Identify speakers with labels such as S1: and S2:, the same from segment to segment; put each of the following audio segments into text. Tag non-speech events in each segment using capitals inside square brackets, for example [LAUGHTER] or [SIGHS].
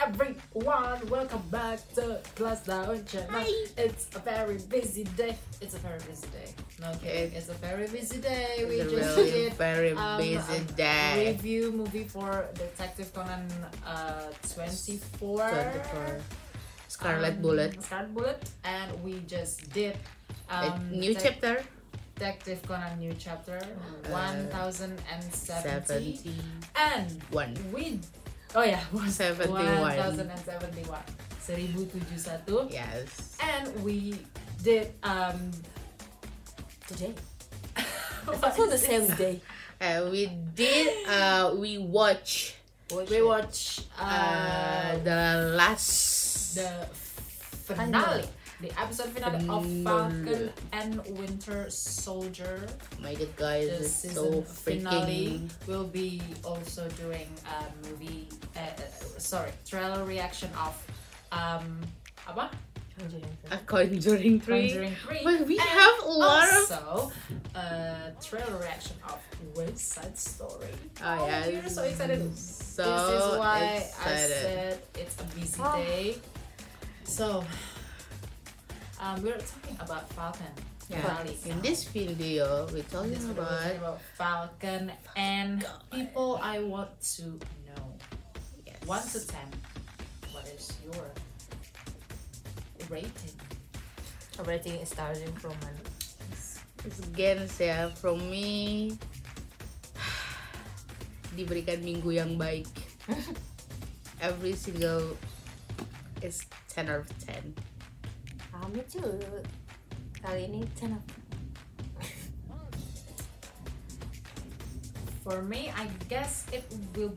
S1: everyone, welcome back to Plus Down Channel.
S2: Hi.
S1: It's a very busy day. It's a very busy day. No kidding, it's a very busy day. We
S2: It's a
S1: just
S2: really
S1: did
S2: very
S1: um,
S2: busy
S1: um,
S2: day.
S1: review movie for Detective Conan uh, 24.
S2: 24. Scarlet
S1: Um,
S2: Bullet.
S1: Scarlet Bullet, and we just did
S2: A
S1: um,
S2: new
S1: Detec-
S2: chapter.
S1: Detective Conan new chapter
S2: Uh,
S1: 1070,
S2: Seventy
S1: and
S2: one.
S1: we oh yeah [LAUGHS]
S2: 71.
S1: 1071 1071
S2: Yes.
S1: and we did [LAUGHS] um
S3: [LAUGHS]
S1: today
S3: It's
S1: [LAUGHS]
S3: also the same day. [LAUGHS]
S2: Uh, we did. Uh, we watch
S1: we watch
S2: uh,
S1: uh,
S2: the last.
S1: the finale the episode finale of Falcon and Winter Soldier
S2: Oh My God, guys,
S1: the
S2: it's
S1: season
S2: so
S1: finale
S2: freaking.
S1: will be also doing a movie uh, uh, sorry trailer reaction of um apa?
S2: A Conjuring three.
S1: Conjuring 3
S2: But we
S1: And
S2: have a lot of.
S1: also a trailer reaction of West Side Story.
S2: Oh yes.
S1: we're so excited.
S2: So
S1: this is why I
S2: excited. Ah.
S1: said it's a busy
S3: Oh.
S1: day. So um, we're talking about Falcon.
S2: Yeah.
S1: Finale.
S2: In this video, we're
S1: In
S2: talking
S1: this video, we're
S2: about Oh,
S1: talking about Falcon and people I want to know.
S2: yes.
S1: One to ten. What is your rating?
S3: Everything is starting from an
S2: It's Gens ya, from me [SIGHS] diberikan minggu yang baik. Every single is 10 out of 10.
S3: kami tuh Ah, kali ini channel
S1: For me, I guess it will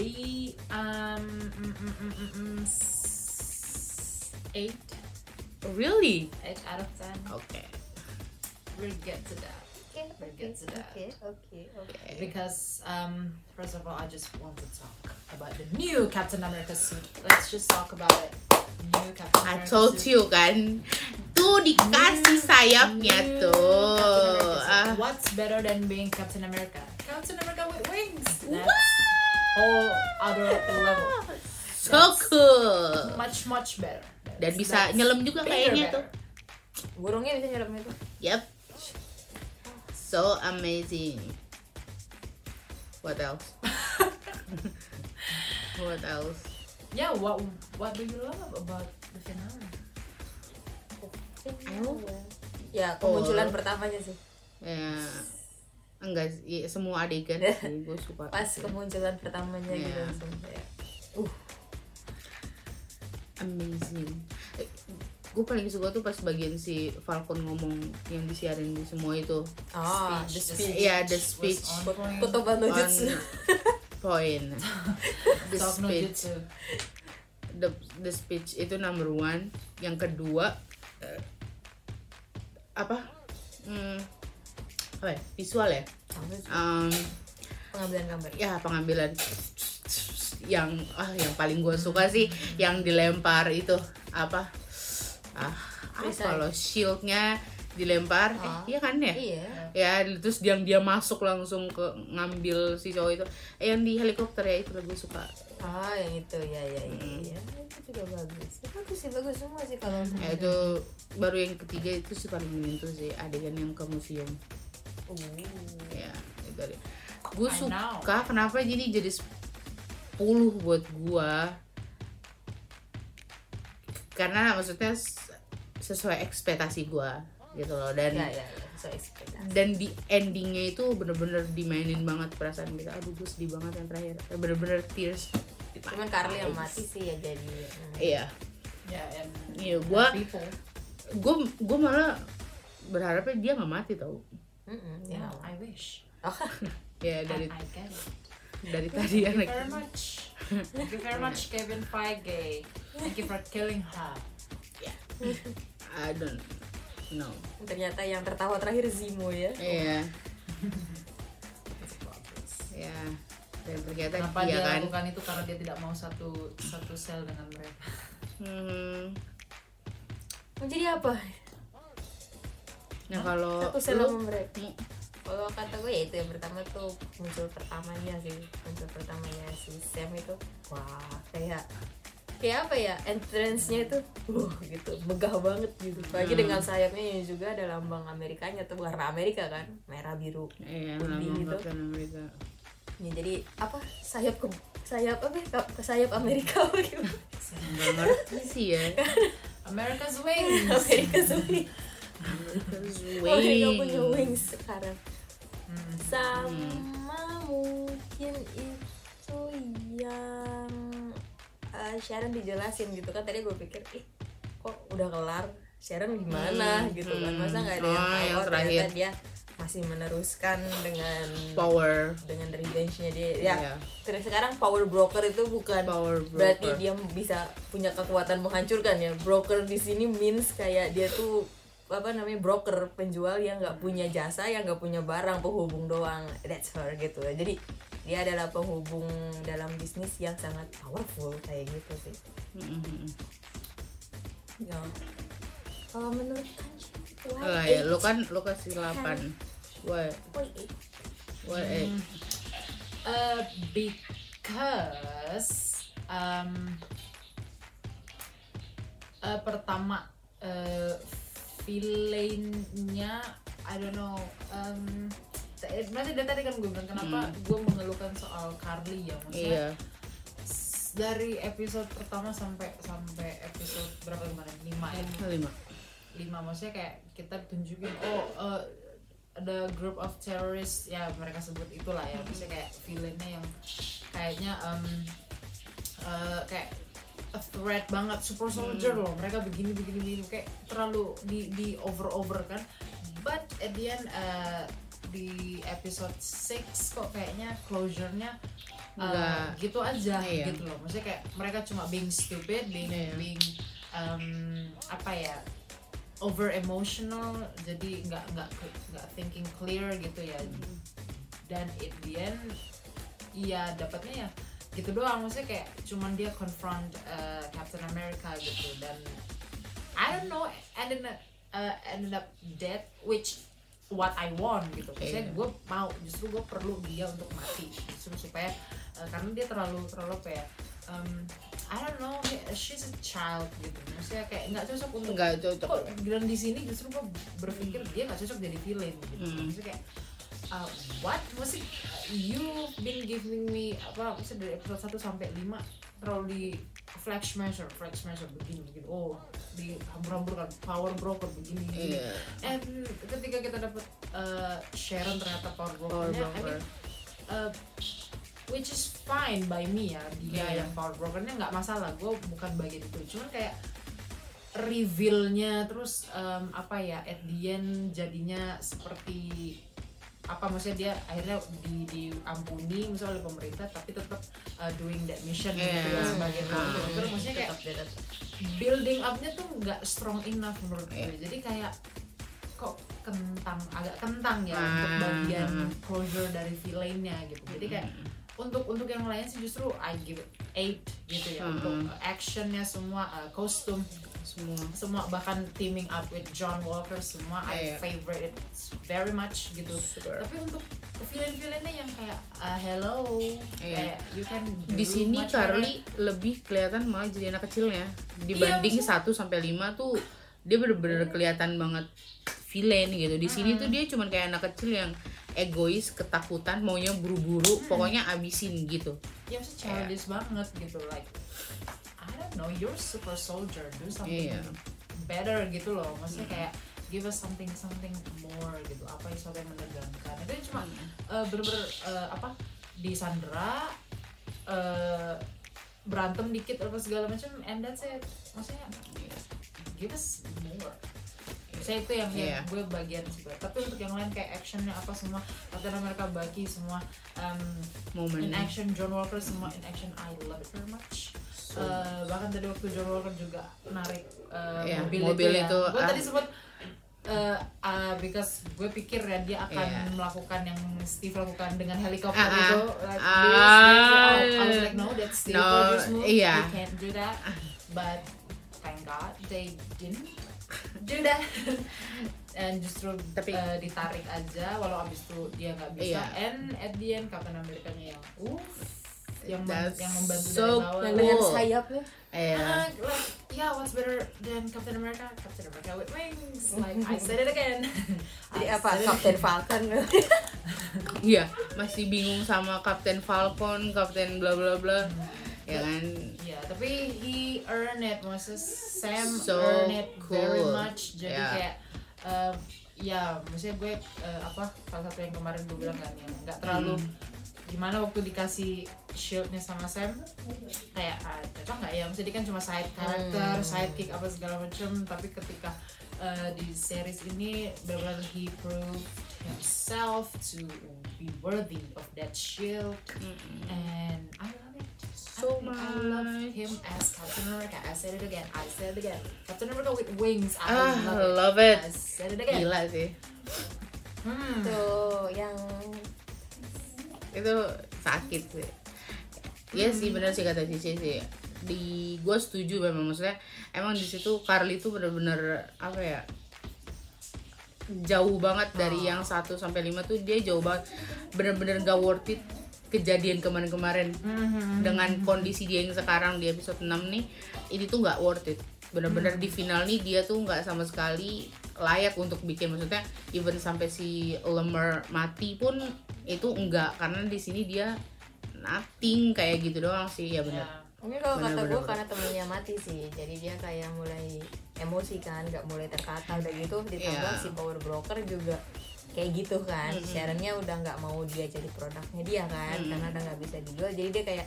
S1: be um mm, mm, mm, mm, mm, s- eight,
S2: Really?
S1: eight out of ten.
S2: Okay.
S1: We'll get to that
S3: oke
S1: We'll get to that.
S3: oke oke oke
S2: okay.
S1: because um first of all, I just want to talk about the new Captain America suit. Let's just talk about it. New Captain
S2: I
S1: America
S2: told
S1: suit.
S2: you kan. Tuh dikasih sayapnya
S1: New
S2: tuh.
S1: Captain America suit.
S2: Ah,
S1: What's better than being Captain America? Captain America with wings. That's
S2: Wow.
S1: whole other level.
S2: so cool.
S1: Much much better.
S2: Dan bisa
S1: That's
S2: nyelam juga
S1: bigger
S2: kayaknya
S1: better.
S2: tuh.
S3: burungnya bisa nyerap itu
S2: Yep. So amazing. What else? What else?
S1: [LAUGHS] yeah, what what do you love about the finale?
S2: Ayo.
S3: ya kemunculan pertamanya sih
S2: Ya, enggak sih, ya, semua adegan sih gue suka.
S3: pas kemunculan pertamanya gitu
S2: Iya.
S3: langsung kayak
S2: Amazing. Gue paling suka tuh pas bagian si Falcon ngomong yang disiarin di semua itu
S3: ah the
S1: Speech,
S3: speech
S2: Yeah, the
S1: was
S2: speech.
S1: on
S3: Kut-
S1: point.
S3: kutuban
S2: on
S3: lojutsu
S2: [LAUGHS] point. The
S1: Talk no
S2: speech,
S1: jutsu.
S2: the, the speech itu number one. Yang kedua eh, apa? Hmm, apa ya? Visual ya? Um,
S3: pengambilan gambar
S2: ya pengambilan yang ah yang paling gue suka sih yang dilempar itu apa ah apa
S3: Freestyle.
S2: loh shieldnya dilempar
S3: Ah.
S2: eh iya kan ya
S3: iya
S2: ya terus yang dia masuk langsung ke ngambil si cowok itu eh, yang di helikopter ya itu gue suka
S3: ah yang itu ya ya ya,
S2: Mm.
S3: ya. itu juga bagus Ya, bagus sih bagus semua sih kalau
S2: ya, itu baru yang ketiga itu sih paling menyentuh sih adegan yang ke museum
S3: Uh.
S2: ya itu gue
S1: I know.
S2: suka kenapa jadi jadi 10 buat gua karena maksudnya s- sesuai ekspektasi gua gitu loh dan
S1: Iya,
S3: ya ya ya so ekspektasi
S2: dan di endingnya itu bener-bener dimainin banget perasaan kita aduh gue sedih banget yang terakhir bener-bener tears
S3: cuman Carly yang mati sih ya jadi
S2: iya
S1: Yeah, and
S2: iya gua
S1: people.
S2: gue gue malah berharapnya dia nggak mati tau
S3: mm -mm, ya
S1: Yeah, I wish.
S2: ya
S1: I,
S2: dari
S1: I get it.
S2: dari tadi ya,
S1: Thank you
S2: anak
S1: very much. [LAUGHS] Thank you very much, Kevin Feige. Thank you for killing her.
S2: I don't know
S3: [LAUGHS] ternyata yang tertawa terakhir Zimo ya
S2: iya
S1: It's a progress.
S2: ya dan ternyata
S1: Kenapa
S2: dia
S1: dia
S2: kan
S1: lakukan itu karena dia tidak mau satu satu sel dengan mereka.
S2: hmm,
S3: mau jadi apa
S2: nah kalau
S3: aku
S2: lu
S3: selalu mereka
S2: Hmm,
S3: Kalau kata gue ya itu yang pertama tuh muncul pertamanya sih muncul pertamanya si Sam itu wah kayak kayak apa ya entrance-nya itu wah gitu megah banget gitu lagi dengan sayapnya yang juga ada lambang Amerikanya tuh warna Amerika kan merah biru
S2: Iya,
S3: Lebih
S2: lambang
S3: gitu.
S2: Kapten Amerika.
S3: ya, jadi apa sayap ke sayap apa ya Kap- sayap Amerika [LAUGHS] gitu. apa gimana
S2: Nggak ngerti sih ya.
S1: America's Wings.
S3: Amerika Zoe
S2: Terus
S3: [LAUGHS] Amerika punya
S2: wing.
S3: wings sekarang
S1: Hmm.
S3: sama mungkin itu yang eh, Sharon dijelasin gitu kan tadi gue pikir ih kok udah kelar Sharon gimana
S2: Hmm,
S3: gitu kan
S2: hmm.
S3: masa nggak
S2: Oh,
S3: ada yang tahu
S2: yang
S3: oh,
S2: terakhir.
S3: ternyata dia masih meneruskan dengan
S2: Power.
S3: dengan revenge-nya dia ya
S2: Iya.
S3: terus sekarang power broker itu bukan
S2: Power broker.
S3: berarti dia bisa punya kekuatan menghancurkan ya broker di sini means kayak dia tuh apa namanya broker penjual yang nggak punya jasa yang nggak punya barang penghubung doang that's her gitu ya jadi dia adalah penghubung dalam bisnis yang sangat powerful kayak gitu sih
S2: Mm-mm.
S3: ya kalau menurut Anji
S2: Alah
S3: why
S2: ya,
S3: eight?
S2: lu kan lu kasih 8. Why?
S3: Why eight?
S2: Why eight?
S1: Uh, because um, uh, pertama uh, villainnya I don't know um, t- masih dari tadi kan gue bilang kenapa gue mengeluhkan soal Carly ya maksudnya
S2: Iya.
S1: s- dari episode pertama sampai sampai episode berapa kemarin lima ya
S2: Kelima.
S1: lima maksudnya kayak kita tunjukin oh uh, ada group of terrorists ya mereka sebut itulah ya maksudnya kayak villainnya yang kayaknya um, uh, kayak a threat banget super soldier loh mereka begini begini begini kayak terlalu di di over over kan but at the end uh, di episode 6 kok kayaknya closure-nya uh,
S2: Nggak.
S1: gitu aja
S2: Iya.
S1: gitu loh maksudnya kayak mereka cuma being stupid being
S2: Iya.
S1: being um, apa ya over emotional jadi nggak nggak nggak thinking clear gitu ya
S2: Hmm.
S1: dan at the end iya dapatnya ya gitu doang maksudnya kayak cuman dia confront uh, Captain America gitu dan I don't know ended up, uh, ended up dead which what I want gitu maksudnya
S2: Iya.
S1: gue mau justru gue perlu dia untuk mati justru supaya uh, karena dia terlalu terlalu apa ya um, I don't know she's a child gitu maksudnya kayak nggak cocok untuk
S2: Enggak cocok.
S1: kok dan di sini justru gue berpikir dia nggak cocok jadi villain gitu
S2: Hmm.
S1: maksudnya kayak uh, what mesti you been giving me apa maksudnya dari episode 1 sampai 5 terlalu di flash measure flash measure begini begini oh di hambur-hamburkan power broker begini begini
S2: Iya.
S1: and Eh, ketika kita dapat uh, Sharon ternyata power
S2: Power
S1: brokernya I
S2: broker.
S1: mean, uh, which is fine by me ya dia
S2: Iya.
S1: yang power brokernya nggak masalah gue bukan bagian itu cuman kayak reveal-nya terus em, apa ya at the end jadinya seperti apa maksudnya dia akhirnya di diampuni misalnya oleh pemerintah tapi tetap uh, doing that mission gitu
S2: Iya.
S1: ya, sebagai
S2: Hmm.
S1: power broker maksudnya kayak
S3: tetap dia tetap
S1: building upnya tuh nggak strong enough menurut gue
S2: Iya.
S1: jadi kayak kok kentang agak kentang ya
S2: Ah,
S1: untuk bagian
S2: ah.
S1: closure dari villainnya gitu jadi kayak
S2: Mm-hmm.
S1: untuk untuk yang lain sih justru I give it eight gitu ya
S2: Ah,
S1: untuk uh, actionnya semua uh, kostum
S2: Semua.
S1: semua bahkan teaming up with John Walker semua I
S2: Iya.
S1: favorite it very much gitu
S2: Super.
S1: tapi untuk villain-villainnya yang kayak uh, hello kayak
S2: Iya.
S1: you can do
S2: Di sini
S1: much better.
S2: Carly lebih kelihatan malah jadi anak kecilnya
S1: Iya,
S2: dibanding
S1: maksudnya- Iya.
S2: 1 sampai 5 tuh dia bener-bener kelihatan banget villain gitu. Di sini tuh dia cuman kayak anak kecil yang egois, ketakutan, maunya buru-buru, pokoknya abisin gitu.
S1: ya maksudnya childish banget gitu like I don't know you're super soldier do something
S2: Iya.
S1: better gitu loh maksudnya kayak give us something something more gitu apa sesuatu yang menegangkan itu cuma
S2: Iya.
S1: eh, bener-bener eh, apa di Sandra eh, berantem dikit apa segala macam and that's it maksudnya give us more saya itu yang, yang
S2: Iya.
S1: gue bagian sih tapi untuk yang lain kayak actionnya apa semua Captain America bagi semua em,
S2: Momen
S1: in action John Walker semua in action I love it very much Eh, bahkan tadi waktu John Walker juga narik eh,
S2: Iya,
S1: mobil,
S2: mobil
S1: itu, ya.
S2: itu,
S1: gue
S2: ah.
S1: tadi sempat eh, ah, because gue pikir ya dia akan
S2: Iya.
S1: melakukan yang Steve lakukan dengan helikopter
S2: Ah, ah.
S1: itu like
S2: Ah.
S1: this, this, I was like no that's Steve
S2: No,
S1: Rogers move
S2: iya.
S1: you can't do that but thank God they didn't do that [LAUGHS] and justru
S2: Tapi-
S1: eh, ditarik aja walau abis itu dia nggak bisa
S2: Iya.
S1: and at the end Captain America nya yang uff yang mem-
S2: That's
S1: yang membantu
S2: so
S1: dari awal
S3: yang dengan
S2: Cool.
S3: sayapnya
S2: Eh,
S1: Ah, like, yeah, what's better than Captain America? Captain America with wings. Like I said it again.
S3: jadi
S1: I
S3: apa
S1: said it
S3: Captain [LAUGHS] Falcon
S2: iya masih bingung sama Kapten Falcon, Kapten bla bla bla, ya kan?
S1: Ya, tapi he earned it, Moses Sam
S2: So
S1: earned it very
S2: cool.
S1: much. Jadi
S2: Yeah.
S1: kayak um, ya, maksudnya gue eh, apa salah satu yang kemarin gue bilang kan yang nggak terlalu
S2: Hmm.
S1: gimana waktu dikasih shieldnya sama Sam kayak ah, cocok nggak ya? Maksudnya dia kan cuma side character,
S2: Hmm.
S1: sidekick apa segala macam. Tapi ketika eh, di series ini benar he proved himself to be worthy of that shield and I love it.
S2: So
S1: I love
S2: much.
S1: him as Captain America. I said it again. I said it again. Captain America with wings. I
S2: Ah,
S1: love,
S2: love
S1: it. I
S2: it.
S1: said it again.
S2: Gila sih.
S1: Hmm.
S3: tuh yang
S2: itu sakit sih Iya sih benar sih kata Cici sih di gue setuju memang maksudnya emang di situ Carly itu bener-bener apa ya jauh banget dari yang 1 sampai 5 tuh dia jauh banget bener-bener gak worth it kejadian kemarin-kemarin dengan kondisi dia yang sekarang di episode 6 nih ini tuh nggak worth it bener-bener di final nih dia tuh nggak sama sekali layak untuk bikin maksudnya even sampai si Lemer mati pun itu enggak karena di sini dia nothing kayak gitu doang sih ya bener
S1: Ya.
S3: mungkin kalau
S2: Benar,
S3: kata
S2: benar,
S3: gue
S2: benar.
S3: karena temennya mati sih jadi dia kayak mulai emosi kan nggak mulai terkata udah gitu ditambah
S2: Iya.
S3: si power broker juga kayak gitu kan Sharonnya udah nggak mau dia jadi produknya dia kan karena udah nggak bisa dijual jadi dia kayak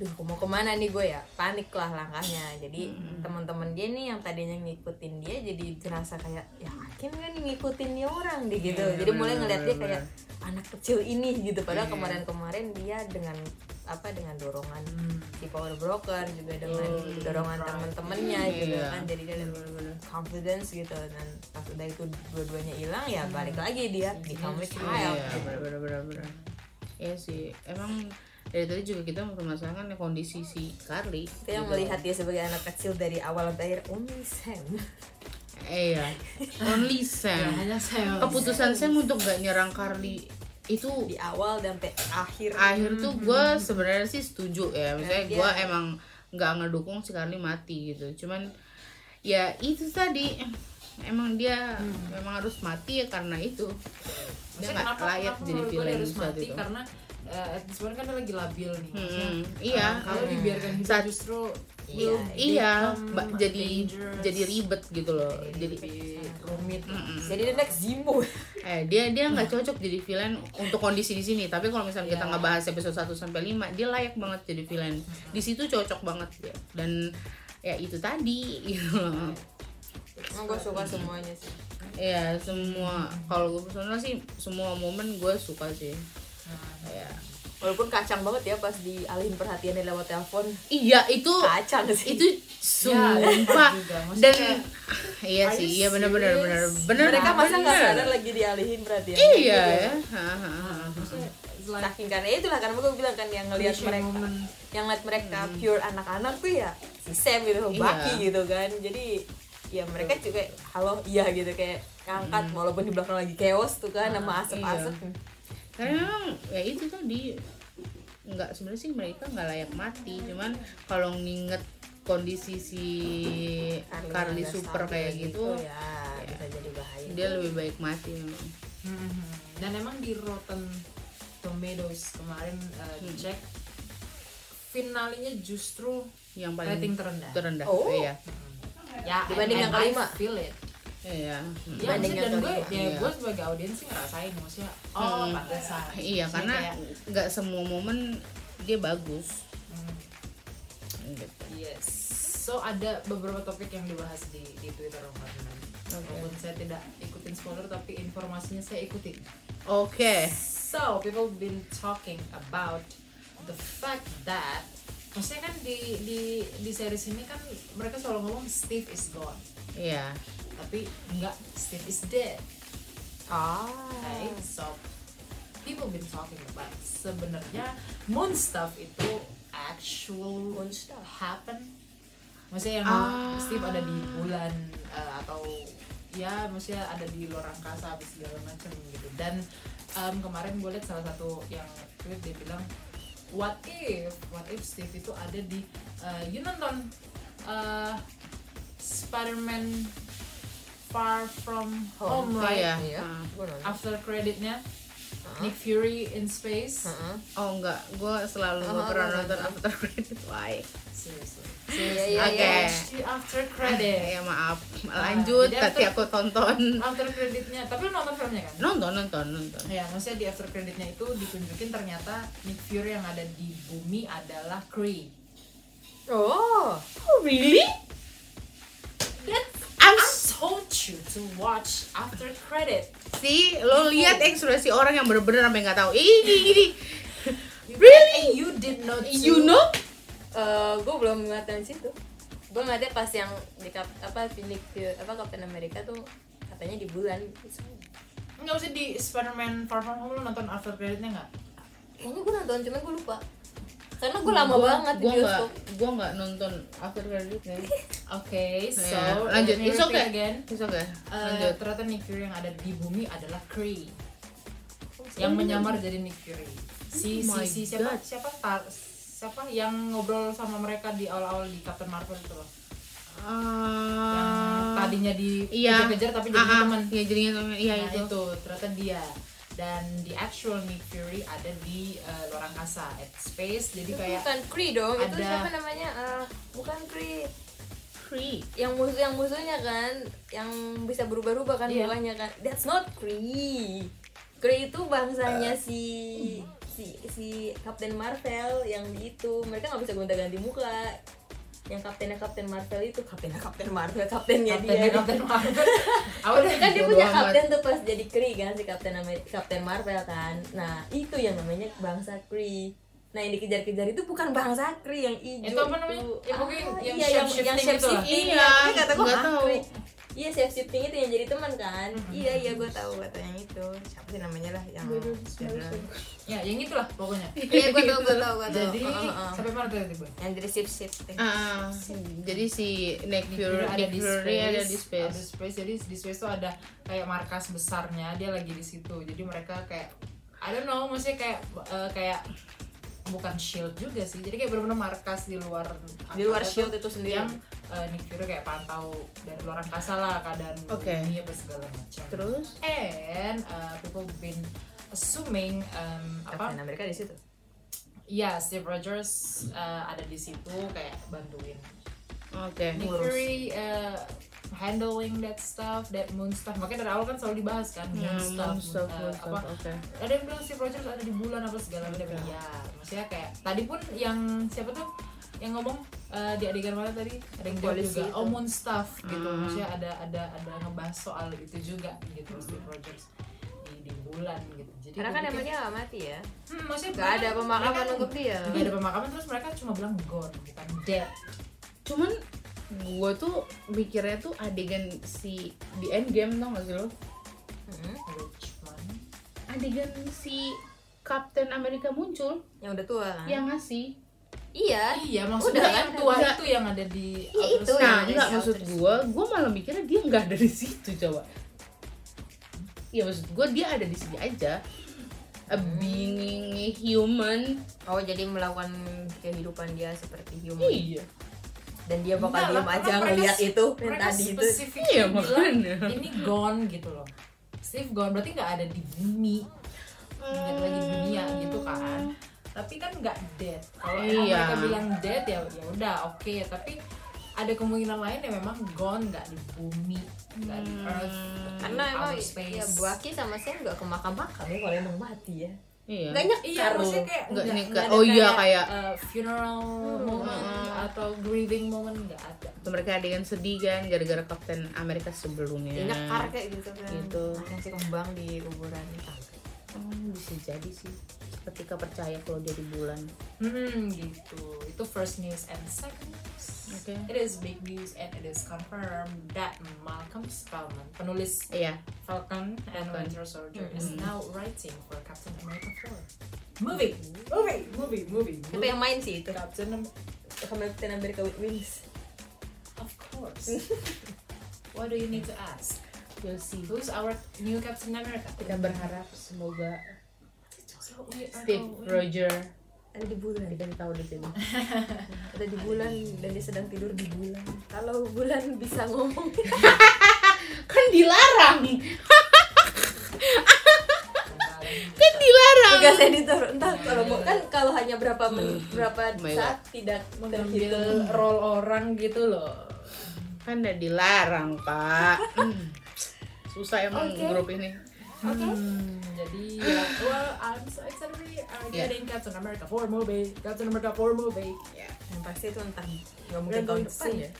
S3: duh mau kemana nih gue ya panik lah langkahnya jadi teman-teman dia nih yang tadinya ngikutin dia jadi terasa kayak yakin kan nih ngikutin dia orang deh gitu
S2: Iya,
S3: jadi mulai
S2: benar,
S3: ngeliat dia
S2: benar,
S3: kayak anak kecil ini gitu padahal
S2: Iya.
S3: kemarin-kemarin dia dengan apa dengan dorongan
S1: Hmm.
S3: di power broker juga dengan
S1: Hmm,
S3: dorongan
S1: right.
S3: temen-temennya gitu
S2: Oh, Iya.
S3: kan jadi dia lebih confidence gitu dan pas udah itu dua-duanya hilang ya balik lagi dia become a
S2: Hmm.
S3: child gitu.
S2: Iya, bener bener bener. Iya sih, emang dari tadi juga kita mempermasalahkan kondisi si Carly.
S3: kita yang
S2: gitu.
S3: melihat dia sebagai anak kecil dari awal sampai akhir only Sam [LAUGHS]
S2: Eh, Iya,
S1: Ya,
S2: only Sam.
S1: hanya saya.
S2: Keputusan Sam untuk gak nyerang Carly itu
S3: di awal dan sampai akhir
S2: akhir tuh
S1: Hmm,
S2: gue sebenarnya sih setuju ya. Misalnya
S3: Iya.
S2: gue emang nggak ngedukung si Carly mati gitu. Cuman ya itu tadi emang dia memang harus mati ya karena itu dia
S1: Hmm. Maksudnya
S2: nggak
S1: kenapa
S2: layak
S1: kenapa
S2: jadi
S1: menurut gue dia
S2: villain
S1: harus
S2: saat
S1: mati
S2: itu.
S1: karena eh, at this point kan dia lagi labil nih. Maksudnya,
S2: Hmm,
S1: eh,
S2: iya,
S1: Kalau dibiarkan hidup
S2: Saat-
S1: justru
S3: Iya,
S1: will
S2: iya
S1: become
S2: ba- jadi
S1: dangerous,
S2: jadi Hmm. ribet gitu loh jadi
S1: lebih rumit.
S3: jadi dia next Zimbo
S2: eh dia dia nggak cocok jadi villain untuk kondisi di sini tapi kalau misalnya kita
S3: Iya.
S2: nggak bahas episode 1 sampai 5 dia layak banget jadi villain di situ cocok banget dia dan ya itu tadi gitu loh.
S3: emang gue suka semuanya sih
S2: ya semua kalau gue personal sih semua momen gue suka sih ya
S3: walaupun kacang banget ya pas dialihin perhatiannya lewat telepon
S2: iya itu
S3: kacang sih
S2: itu sumpah
S1: juga. Maksudnya
S2: dan iya
S1: are you
S2: sih iya benar-benar benar
S1: serious?
S2: benar
S3: mereka masa nggak sadar lagi dialihin perhatiannya
S2: Ah, iya
S3: gitu.
S2: ya Hahaha.
S1: maksudnya it's like
S3: saking karena itulah karena gue bilang kan yang ngelihat
S1: cliche
S3: mereka
S1: moment.
S3: yang ngeliat mereka pure anak-anak tuh ya si Sam gitu
S2: Hmm. Iya.
S3: Baki gitu kan jadi ya mereka juga halo iya gitu kayak ngangkat
S2: Hmm.
S3: walaupun di belakang lagi chaos tuh
S2: Ah,
S3: kan sama asap-asap
S2: iya. karena memang ya itu tadi nggak sebenarnya sih mereka nggak layak mati cuman kalau nginget kondisi si
S3: Karena
S2: Carly
S3: agak
S2: super
S3: stabil
S2: kayak gitu
S3: ya bisa jadi bahaya
S2: dia lebih baik mati memang
S1: Mhm. Dan emang di Rotten Tomatoes kemarin eh,
S2: Hmm.
S1: dicek finalnya justru
S2: yang paling
S1: rating terendah.
S2: terendah
S3: Oh.
S2: iya
S1: Ya, and-
S3: Dibanding yang
S1: and I
S3: kelima.
S1: feel it.
S2: iya Hmm.
S1: Ya,
S3: Dibanding
S1: maksudnya
S3: yang
S1: dan gue,
S3: kelima.
S1: ya
S2: Iya.
S1: gue sebagai audiens sih ngerasain maksudnya, oh
S2: Hmm.
S1: pantesan.
S2: iya
S1: Maksudnya
S2: karena
S1: kayak,
S2: nggak semua momen dia bagus
S1: hmm,
S2: gitu.
S1: yes. So ada beberapa topik yang dibahas di, di Twitter kemarin. Walaupun saya tidak ikutin spoiler tapi informasinya saya ikutin.
S2: oke
S1: So people been talking about the fact that maksudnya kan di di di series ini kan mereka selalu ngomong Steve is gone,
S2: iya
S1: tapi enggak Steve is dead,
S3: ah
S1: right? So people been talking about sebenarnya moon stuff itu actual
S3: Moon stuff.
S1: happen. Maksudnya yang
S2: Ah.
S1: Steve ada di bulan eh, atau ya maksudnya ada di luar angkasa apa segala macam gitu dan em, kemarin gue liat salah satu yang tweet dia bilang what if what if Steve itu ada di eh, you nonton eh, Spider-Man Far From Home,
S3: Home,
S1: right
S2: iya.
S3: Iya.
S2: Ah.
S3: Gua nonton.
S1: after creditnya Nick Fury in space
S3: Heeh.
S2: Oh enggak, gue selalu nggak
S3: Oh,
S2: pernah
S3: nggak
S2: nonton
S3: nonton.
S2: after credit. Why?
S1: seriously
S3: Iya,
S1: seriously
S3: iya,
S1: I
S2: iya.
S1: watched the after credit
S2: Ya maaf, lanjut.
S1: jadi
S2: Tadi
S1: after- Oh,
S2: aku tonton.
S1: after creditnya tapi lu nonton filmnya kan
S2: Nonton, nonton, nonton.
S1: ya maksudnya di after creditnya itu ditunjukin ternyata Nick Fury yang ada di bumi adalah Kree
S3: Oh,
S2: Oh really? I'm
S1: I told you to watch after credit
S2: sih
S1: Oh.
S2: lo lihat ekspresi orang yang bener-bener sampai nggak tahu. Ih, ih, ih.
S1: You-
S2: Really?
S1: and you did not too.
S2: you know?
S3: eh gue belum ngatain situ. Gue ngeliatnya pas yang di kap, apa Phoenix apa Captain America tuh katanya di bulan.
S1: nggak usah di Spider-Man Far From Home lu nonton after creditnya nggak
S3: Kayaknya gue nonton cuman gue lupa. Karena gue lama
S2: Gua-
S3: banget di
S2: gua nggak,
S3: bioskop.
S2: gua nggak nonton after creditnya.
S1: Oke, [LAUGHS] so
S2: Ya, lanjut.
S1: let me
S2: It's
S1: repeat
S2: okay.
S1: again.
S2: It's okay.
S1: Eh,
S2: Lanjut.
S1: ternyata Nick Fury yang ada di bumi adalah Kree yang menyamar jadi Nick Fury. Si
S2: Oh
S1: si,
S2: my
S1: si siapa
S2: God.
S1: siapa Ta- siapa yang ngobrol sama mereka di awal-awal di Captain Marvel itu loh. Yang
S2: Ah,
S1: tadinya di
S2: iya.
S1: kejar tapi
S2: ah,
S1: jadi
S2: ah.
S1: teman.
S2: Iya, jadinya teman. Iya
S1: Nah,
S2: itu.
S1: itu. ternyata dia dan the actual Nick Fury ada di eh, luar angkasa at space jadi
S3: Itu
S1: kayak
S3: bukan Kree dong, itu
S1: ada-
S3: siapa namanya? Eh, bukan Kree.
S2: Free.
S3: Yang musuh yang musuhnya kan, yang bisa berubah-ubah kan
S1: Iya.
S3: buahnya kan. That's not Kree. Kree itu bangsanya si si si Captain Marvel yang di itu. Mereka nggak bisa gonta-ganti muka. Yang kaptennya Captain Marvel itu, kaptennya Captain Marvel, kaptennya
S1: Captain
S3: dia.
S1: Captain
S2: [LAUGHS]
S1: Marvel. Aku udah Ya,
S3: kan dia
S2: Bodo
S3: punya
S2: amat.
S3: kapten tuh pas jadi Kree kan si kapten Amer- kapten Marvel kan nah itu yang namanya bangsa Kree nah yang dikejar-kejar itu bukan bangsa Kree yang hijau
S1: Itu apa namanya? Ya, pokoknya yang
S3: iya,
S1: shape-shifting
S3: yang
S1: gitu lah.
S3: shape-shifting.
S2: Iya,
S3: Ini kata gua,
S2: nggak
S3: "Ah,
S2: tahu."
S3: Kree." iya shape shifting itu yang jadi teman kan
S1: Mm-hmm.
S3: iya iya gue tahu gue tahu yang itu siapa sih namanya lah yang
S1: ya yang itulah pokoknya. Ah,
S3: iya gue tahu gue tahu gue tahu
S1: Jadi
S3: Oh, oh, oh.
S1: sampai mana tadi gue?
S3: yang jadi shape shifting
S2: Ah, jadi si Nick Fury,
S1: Fury ada
S2: Nick
S1: di
S2: Fury
S1: space,
S2: ada di space.
S1: ada space. jadi di space tuh ada kayak markas besarnya dia lagi di situ jadi mereka kayak I don't know maksudnya kayak eh, kayak bukan shield juga sih jadi kayak benar-benar markas di luar
S3: di luar
S1: angkasa
S3: shield
S1: tuh
S3: itu sendiri
S1: yang eh, Nick Fury kayak pantau dari luar angkasa lah keadaan
S2: Oke.
S1: dunia apa segala macam
S2: Terus?
S1: and eh, people been assuming em, apa
S3: Captain America Nah, di situ
S1: ya Steve Rogers eh, ada di situ kayak bantuin
S2: Oke. Hmm,
S1: Nick
S3: Ngurus.
S1: Fury uh, handling that stuff, that moon stuff. Makanya dari awal kan selalu dibahas kan moon
S3: Iya,
S2: Hmm,
S1: stuff,
S2: monster,
S1: moon, uh,
S2: monster,
S1: apa.
S2: Oke.
S1: Ada yang bilang si Rogers ada di bulan apa segala macam. Iya, maksudnya kayak tadi pun yang siapa tuh yang ngomong uh, di adegan mana tadi ada yang jawab
S3: Polisi
S1: juga
S3: itu. Mm-hmm.
S1: oh moon stuff gitu.
S2: Hmm.
S1: Maksudnya ada ada ada ngebahas soal itu juga gitu Steve Rogers di di bulan gitu. Jadi
S3: Mm-hmm. karena
S1: gua
S3: kan
S1: pikir,
S3: emangnya gak mati ya
S1: hmm, maksudnya
S3: gak ada
S1: mereka-
S3: pemakaman
S1: mereka-
S3: untuk dia
S1: nggak ada pemakaman terus mereka cuma bilang gone bukan dead.
S2: Cuman gue tuh mikirnya tuh adegan si di end game tau gak sih lo?
S3: Mm-mm.
S1: Which one?
S2: Adegan si Captain America muncul
S3: yang udah tua kan
S2: yang ngasih.
S3: iya
S1: Iya, maksudnya
S3: Udah,
S1: yang tua
S2: udah.
S1: itu yang ada di
S3: Iya,
S1: Outer
S3: itu
S1: Space.
S2: Nah,
S3: yang
S2: enggak
S3: ada di
S2: maksud
S3: outer
S2: gue, gue malah mikirnya dia nggak ada di situ coba. Ya maksud gue dia ada di sini aja. A
S3: Hmm.
S2: being a human.
S3: Oh jadi melakukan kehidupan dia seperti human
S2: Iya.
S3: dan dia
S1: iya.
S3: bakal
S1: Enggak lah,
S3: diem aja
S1: karena mereka
S3: ngeliat
S1: sp-
S3: itu yang
S1: Mereka
S3: tadi itu.
S1: spesifik
S2: Iya,
S1: bilang
S2: makanya.
S1: ini gone gitu loh. Steve gone berarti nggak ada di bumi. Ingat lagi dunia gitu kan. Tapi kan nggak dead. Kalau emang
S2: Iya.
S1: mereka bilang dead ya ya udah oke, tapi ada kemungkinan lain yang memang gone nggak di bumi, nggak di earth, nggak di
S3: Karena emang
S1: outer space.
S3: ya Bu Aki sama saya nggak ke makam-makam ya kalau emang mati ya.
S2: Iya.
S3: Nggak
S1: Iya,
S3: nyekar
S1: maksudnya
S3: loh.
S1: kayak
S2: Nggak
S1: nggak-
S2: nikah.
S1: nggak ada
S2: Oh iya, kayak-
S1: eh, funeral moment atau grieving moment nggak ada.
S2: Tuh, mereka adegan sedih kan gara-gara Captain America sebelumnya.
S3: Ya, Nyekar kayak gitu kan.
S2: Gitu.
S3: Kasih kembang di kuburan.
S2: Oh, bisa jadi sih. Ketika percaya kalau dia di bulan.
S1: Hmm, gitu. Itu first news and second news.
S2: Oke.
S1: It is big news and it is confirmed that Malcolm Spellman, penulis
S2: Iya.
S1: Falcon Hmm. and
S2: Falcon.
S1: Winter Soldier, is
S2: Mhm.
S1: now writing for Captain America 4. Movie, movie, movie, movie.
S3: Itu
S1: movie.
S3: yang main sih itu.
S1: Captain, Am-
S3: Captain America with Wings.
S1: [LAUGHS] of course. What do you need to ask?
S2: we'll see
S1: Who's our new Captain America?
S2: kita berharap semoga
S1: So we are
S2: Steve
S1: going-
S2: Roger
S3: ada di bulan
S2: kita tahu di sini
S3: ada di bulan dan dia sedang tidur di bulan kalau bulan bisa ngomong
S2: kan dilarang kan dilarang
S3: [LAUGHS] tugas editor entah kalau mau kan kalau hanya berapa men- berapa
S2: my
S3: saat tidak
S1: mengambil
S3: terhitung
S1: role orang gitu loh.
S2: kan udah dilarang pak Hmm. susah emang
S3: Oke.
S2: grup ini
S3: oke
S1: Hmm, jadi ya, well, I'm so excited we are
S2: Yeah.
S1: getting Captain America 4 movie, Captain America 4 movie.
S2: ya
S3: yang pasti itu entah nggak
S1: mungkin
S3: mungkin tahun
S1: tahun
S3: depan
S1: depan
S3: ya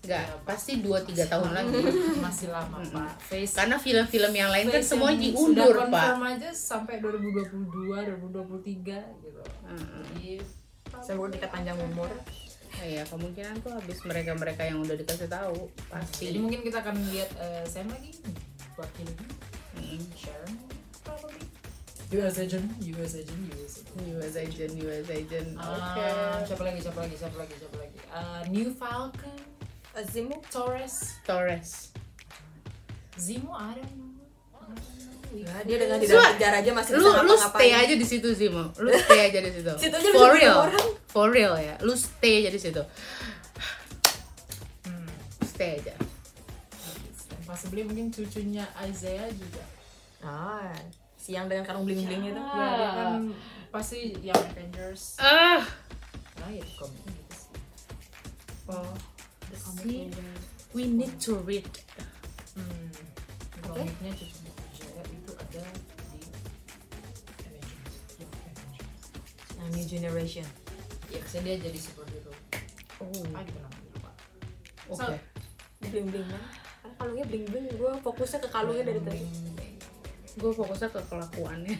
S2: nggak pasti 2-3 tahun lagi
S1: Masih lama, Pak. Face
S2: karena film-film yang lain kan
S1: face
S2: semua
S1: yang
S2: diundur
S1: sudah
S2: pak
S1: confirm aja sampai 2022, 2023 gitu.
S2: Heeh.
S1: Jadi
S3: semoga kita panjang umur
S2: Oh Iya kemungkinan tuh habis mereka-mereka yang udah dikasih tahu
S1: Jadi
S2: pasti.
S1: mungkin kita akan lihat eh, Sam lagi wakilnya
S2: Mm-mm.
S1: Sharon probably. US agent, US agent, US agent.
S2: US agent, US agent. Oke.
S1: Ah, siapa lagi, siapa lagi, siapa lagi, siapa lagi? Ah, New Falcon,
S3: Azimu
S1: Torres,
S2: Torres.
S1: Zemo, I don't know. I don't know.
S3: ya, dia dengan di
S2: Zul,
S3: dalam penjara aja masih
S2: Lu
S3: bisa
S2: lu stay
S3: ngapa-ngapain
S2: aja di situ sih, Mo. Lu stay aja di
S3: [LAUGHS]
S2: situ.
S3: Situ aja
S2: For
S3: bisa bikin
S2: real.
S3: orang.
S2: For real ya. Lu stay aja di situ.
S1: Hmm.
S2: Stay aja.
S1: Dan possibly mungkin cucunya Isaiah juga.
S3: ah siang dengan karung bling blingnya tuh
S1: Ya, dia kan pasti yang Avengers.
S2: Ah,
S1: Nah, ya, komik gitu sih. Oh,
S2: see, we need to read.
S1: hmm, komiknya cucunya Isaiah itu ada di Avengers. Ya, Avengers.
S3: Nah, new generation
S1: Ya, biasanya dia jadi superhero.
S2: Oh,
S1: Ah, gitu namanya lupa.
S2: oke.
S1: So-
S3: bling bling kan karena kalungnya bling bling gue fokusnya ke kalungnya dari tadi
S2: Gue fokusnya ke kelakuannya.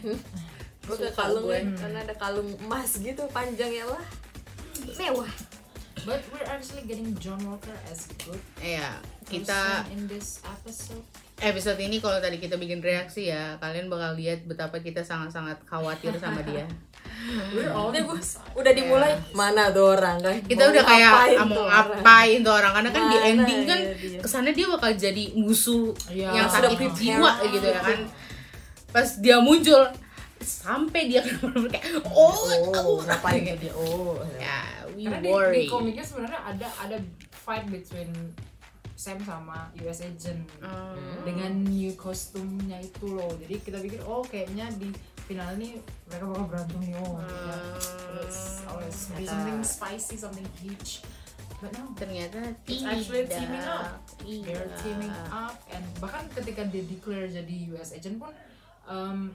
S3: gue ke kalungnya karena ada kalung emas gitu panjangnya lah mewah
S1: But we're actually getting John Walker as good
S2: [LAUGHS] Iya, kita
S1: person in this episode.
S3: hmm.
S2: episode ini kalau tadi kita bikin reaksi ya, kalian bakal lihat betapa kita sangat-sangat khawatir sama
S3: [LAUGHS]
S2: dia.
S1: We're all
S3: Udah,
S1: in
S3: Bu.
S1: this episode.
S3: udah dimulai mana tuh orang kan
S2: kita
S3: Mau
S2: udah kayak
S3: ngapain
S2: ah, mau
S3: tuh orang?
S2: ngapain tuh orang karena kan di
S3: Mana
S2: ending kan
S3: ya dia?
S2: kesannya dia bakal jadi musuh
S1: Iya.
S2: yang
S1: Sudah
S2: sakit
S3: prepare.
S2: jiwa gitu ya kan pas dia muncul sampai dia [LAUGHS] bener-bener kayak oh,
S3: oh
S2: oh,
S3: ngapain tuh dia oh
S2: ya we
S1: Karena di, di
S2: worry
S1: komiknya sebenarnya ada ada fight between Sam sama US Agent
S2: Hmm.
S1: dengan new kostumnya itu loh. Jadi kita pikir oh kayaknya di final ini mereka bakal berantem nih oh. ya. Terus always be something spicy, something huge. But no,
S2: ternyata
S1: It's
S2: tidak
S1: actually teaming up.
S2: Iya.
S1: they're teaming up and bahkan ketika dia declare jadi US agent pun um,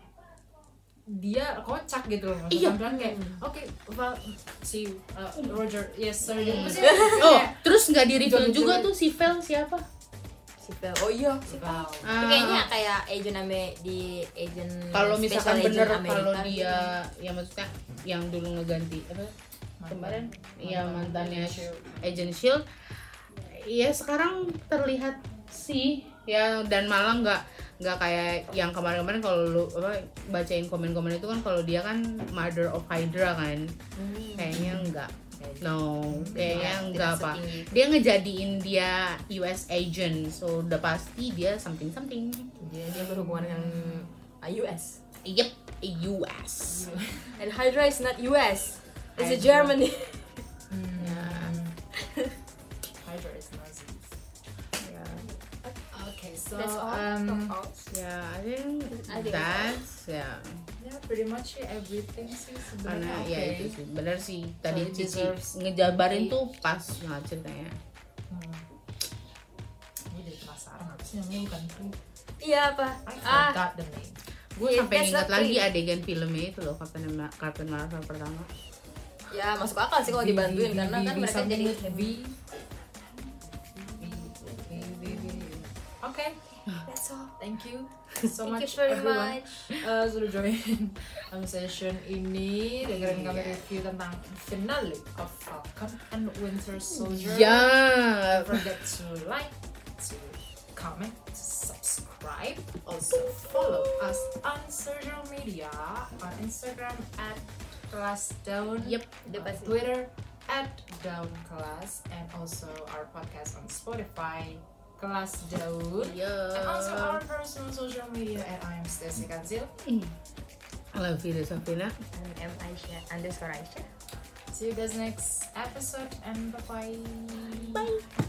S1: dia kocak gitu loh maksudnya
S2: Iya.
S1: Sampai kayak oke well si uh, Roger yes sir gitu Maksudnya
S2: oh
S1: kayak,
S2: terus nggak di reveal
S1: Jodoh-jodoh.
S2: juga tuh si Vel siapa
S3: Sipel. oh iya Sipel.
S1: wow
S2: Ah,
S4: kayaknya kayak agent ame di agent
S2: kalau
S1: Hmm,
S2: misalkan
S4: special
S2: bener
S4: agent Amerika
S2: kalau
S4: gitu.
S2: dia ya maksudnya yang dulu ngeganti apa kemarin ya mantannya Agent Shield ya sekarang terlihat sih ya dan malah nggak nggak kayak yang kemarin-kemarin kalau lu apa, bacain komen-komen itu kan kalau dia kan mother of Hydra kan
S3: Hmm.
S2: kayaknya enggak no kayaknya enggak apa
S4: setinggi
S2: dia ngejadiin dia US agent so udah pasti dia something something
S3: dia dia berhubungan dengan uh, US
S2: yep US
S3: and Hydra is not US it's a Germany
S1: hmm.
S2: Ya. [LAUGHS]
S1: Roger is Nazi
S2: ya
S1: okay so
S3: that's all
S1: um,
S3: That's all.
S2: ya I think
S4: I think
S2: that's ya
S1: yeah pretty much everything sih
S2: karena
S1: sebenarnya
S2: ya
S1: oke.
S2: itu sih benar sih tadi
S1: it
S2: Cici
S1: deserves
S2: ngejabarin tuh pas banget ceritanya
S1: Hmm. Gue jadi penasaran apa sih namanya bukan Free
S3: iya apa
S1: I
S3: ah
S1: forgot the name
S2: gue
S3: Yeah,
S2: sampai
S3: that's
S2: ingat
S3: not
S2: lagi
S3: free.
S2: adegan filmnya itu loh Captain, Ma- Captain Marvel pertama
S3: ya masuk akal sih kalau dibantuin karena kan mereka jadi
S1: Oke,
S3: that's all
S1: thank you so
S4: thank you
S1: much
S4: very
S1: everyone
S4: much
S1: uh, sudah join [LAUGHS] um, session ini dengerin kami review tentang finale of Falcon and Winter Soldier.
S2: ya
S1: Don't forget to like, to comment, to subscribe. Also follow us on social media on Instagram at Kelas Daun.
S2: Yep,
S1: on Twitter at Down Class and also our podcast on Spotify, Kelas Daud
S2: Iya.
S1: And also
S2: Uh.
S1: our personal social media and I am Stacy Kansil
S2: Alvira Safina.
S4: I'm M Aisyah underscore Aisyah
S1: See you guys next episode and bye-bye Bye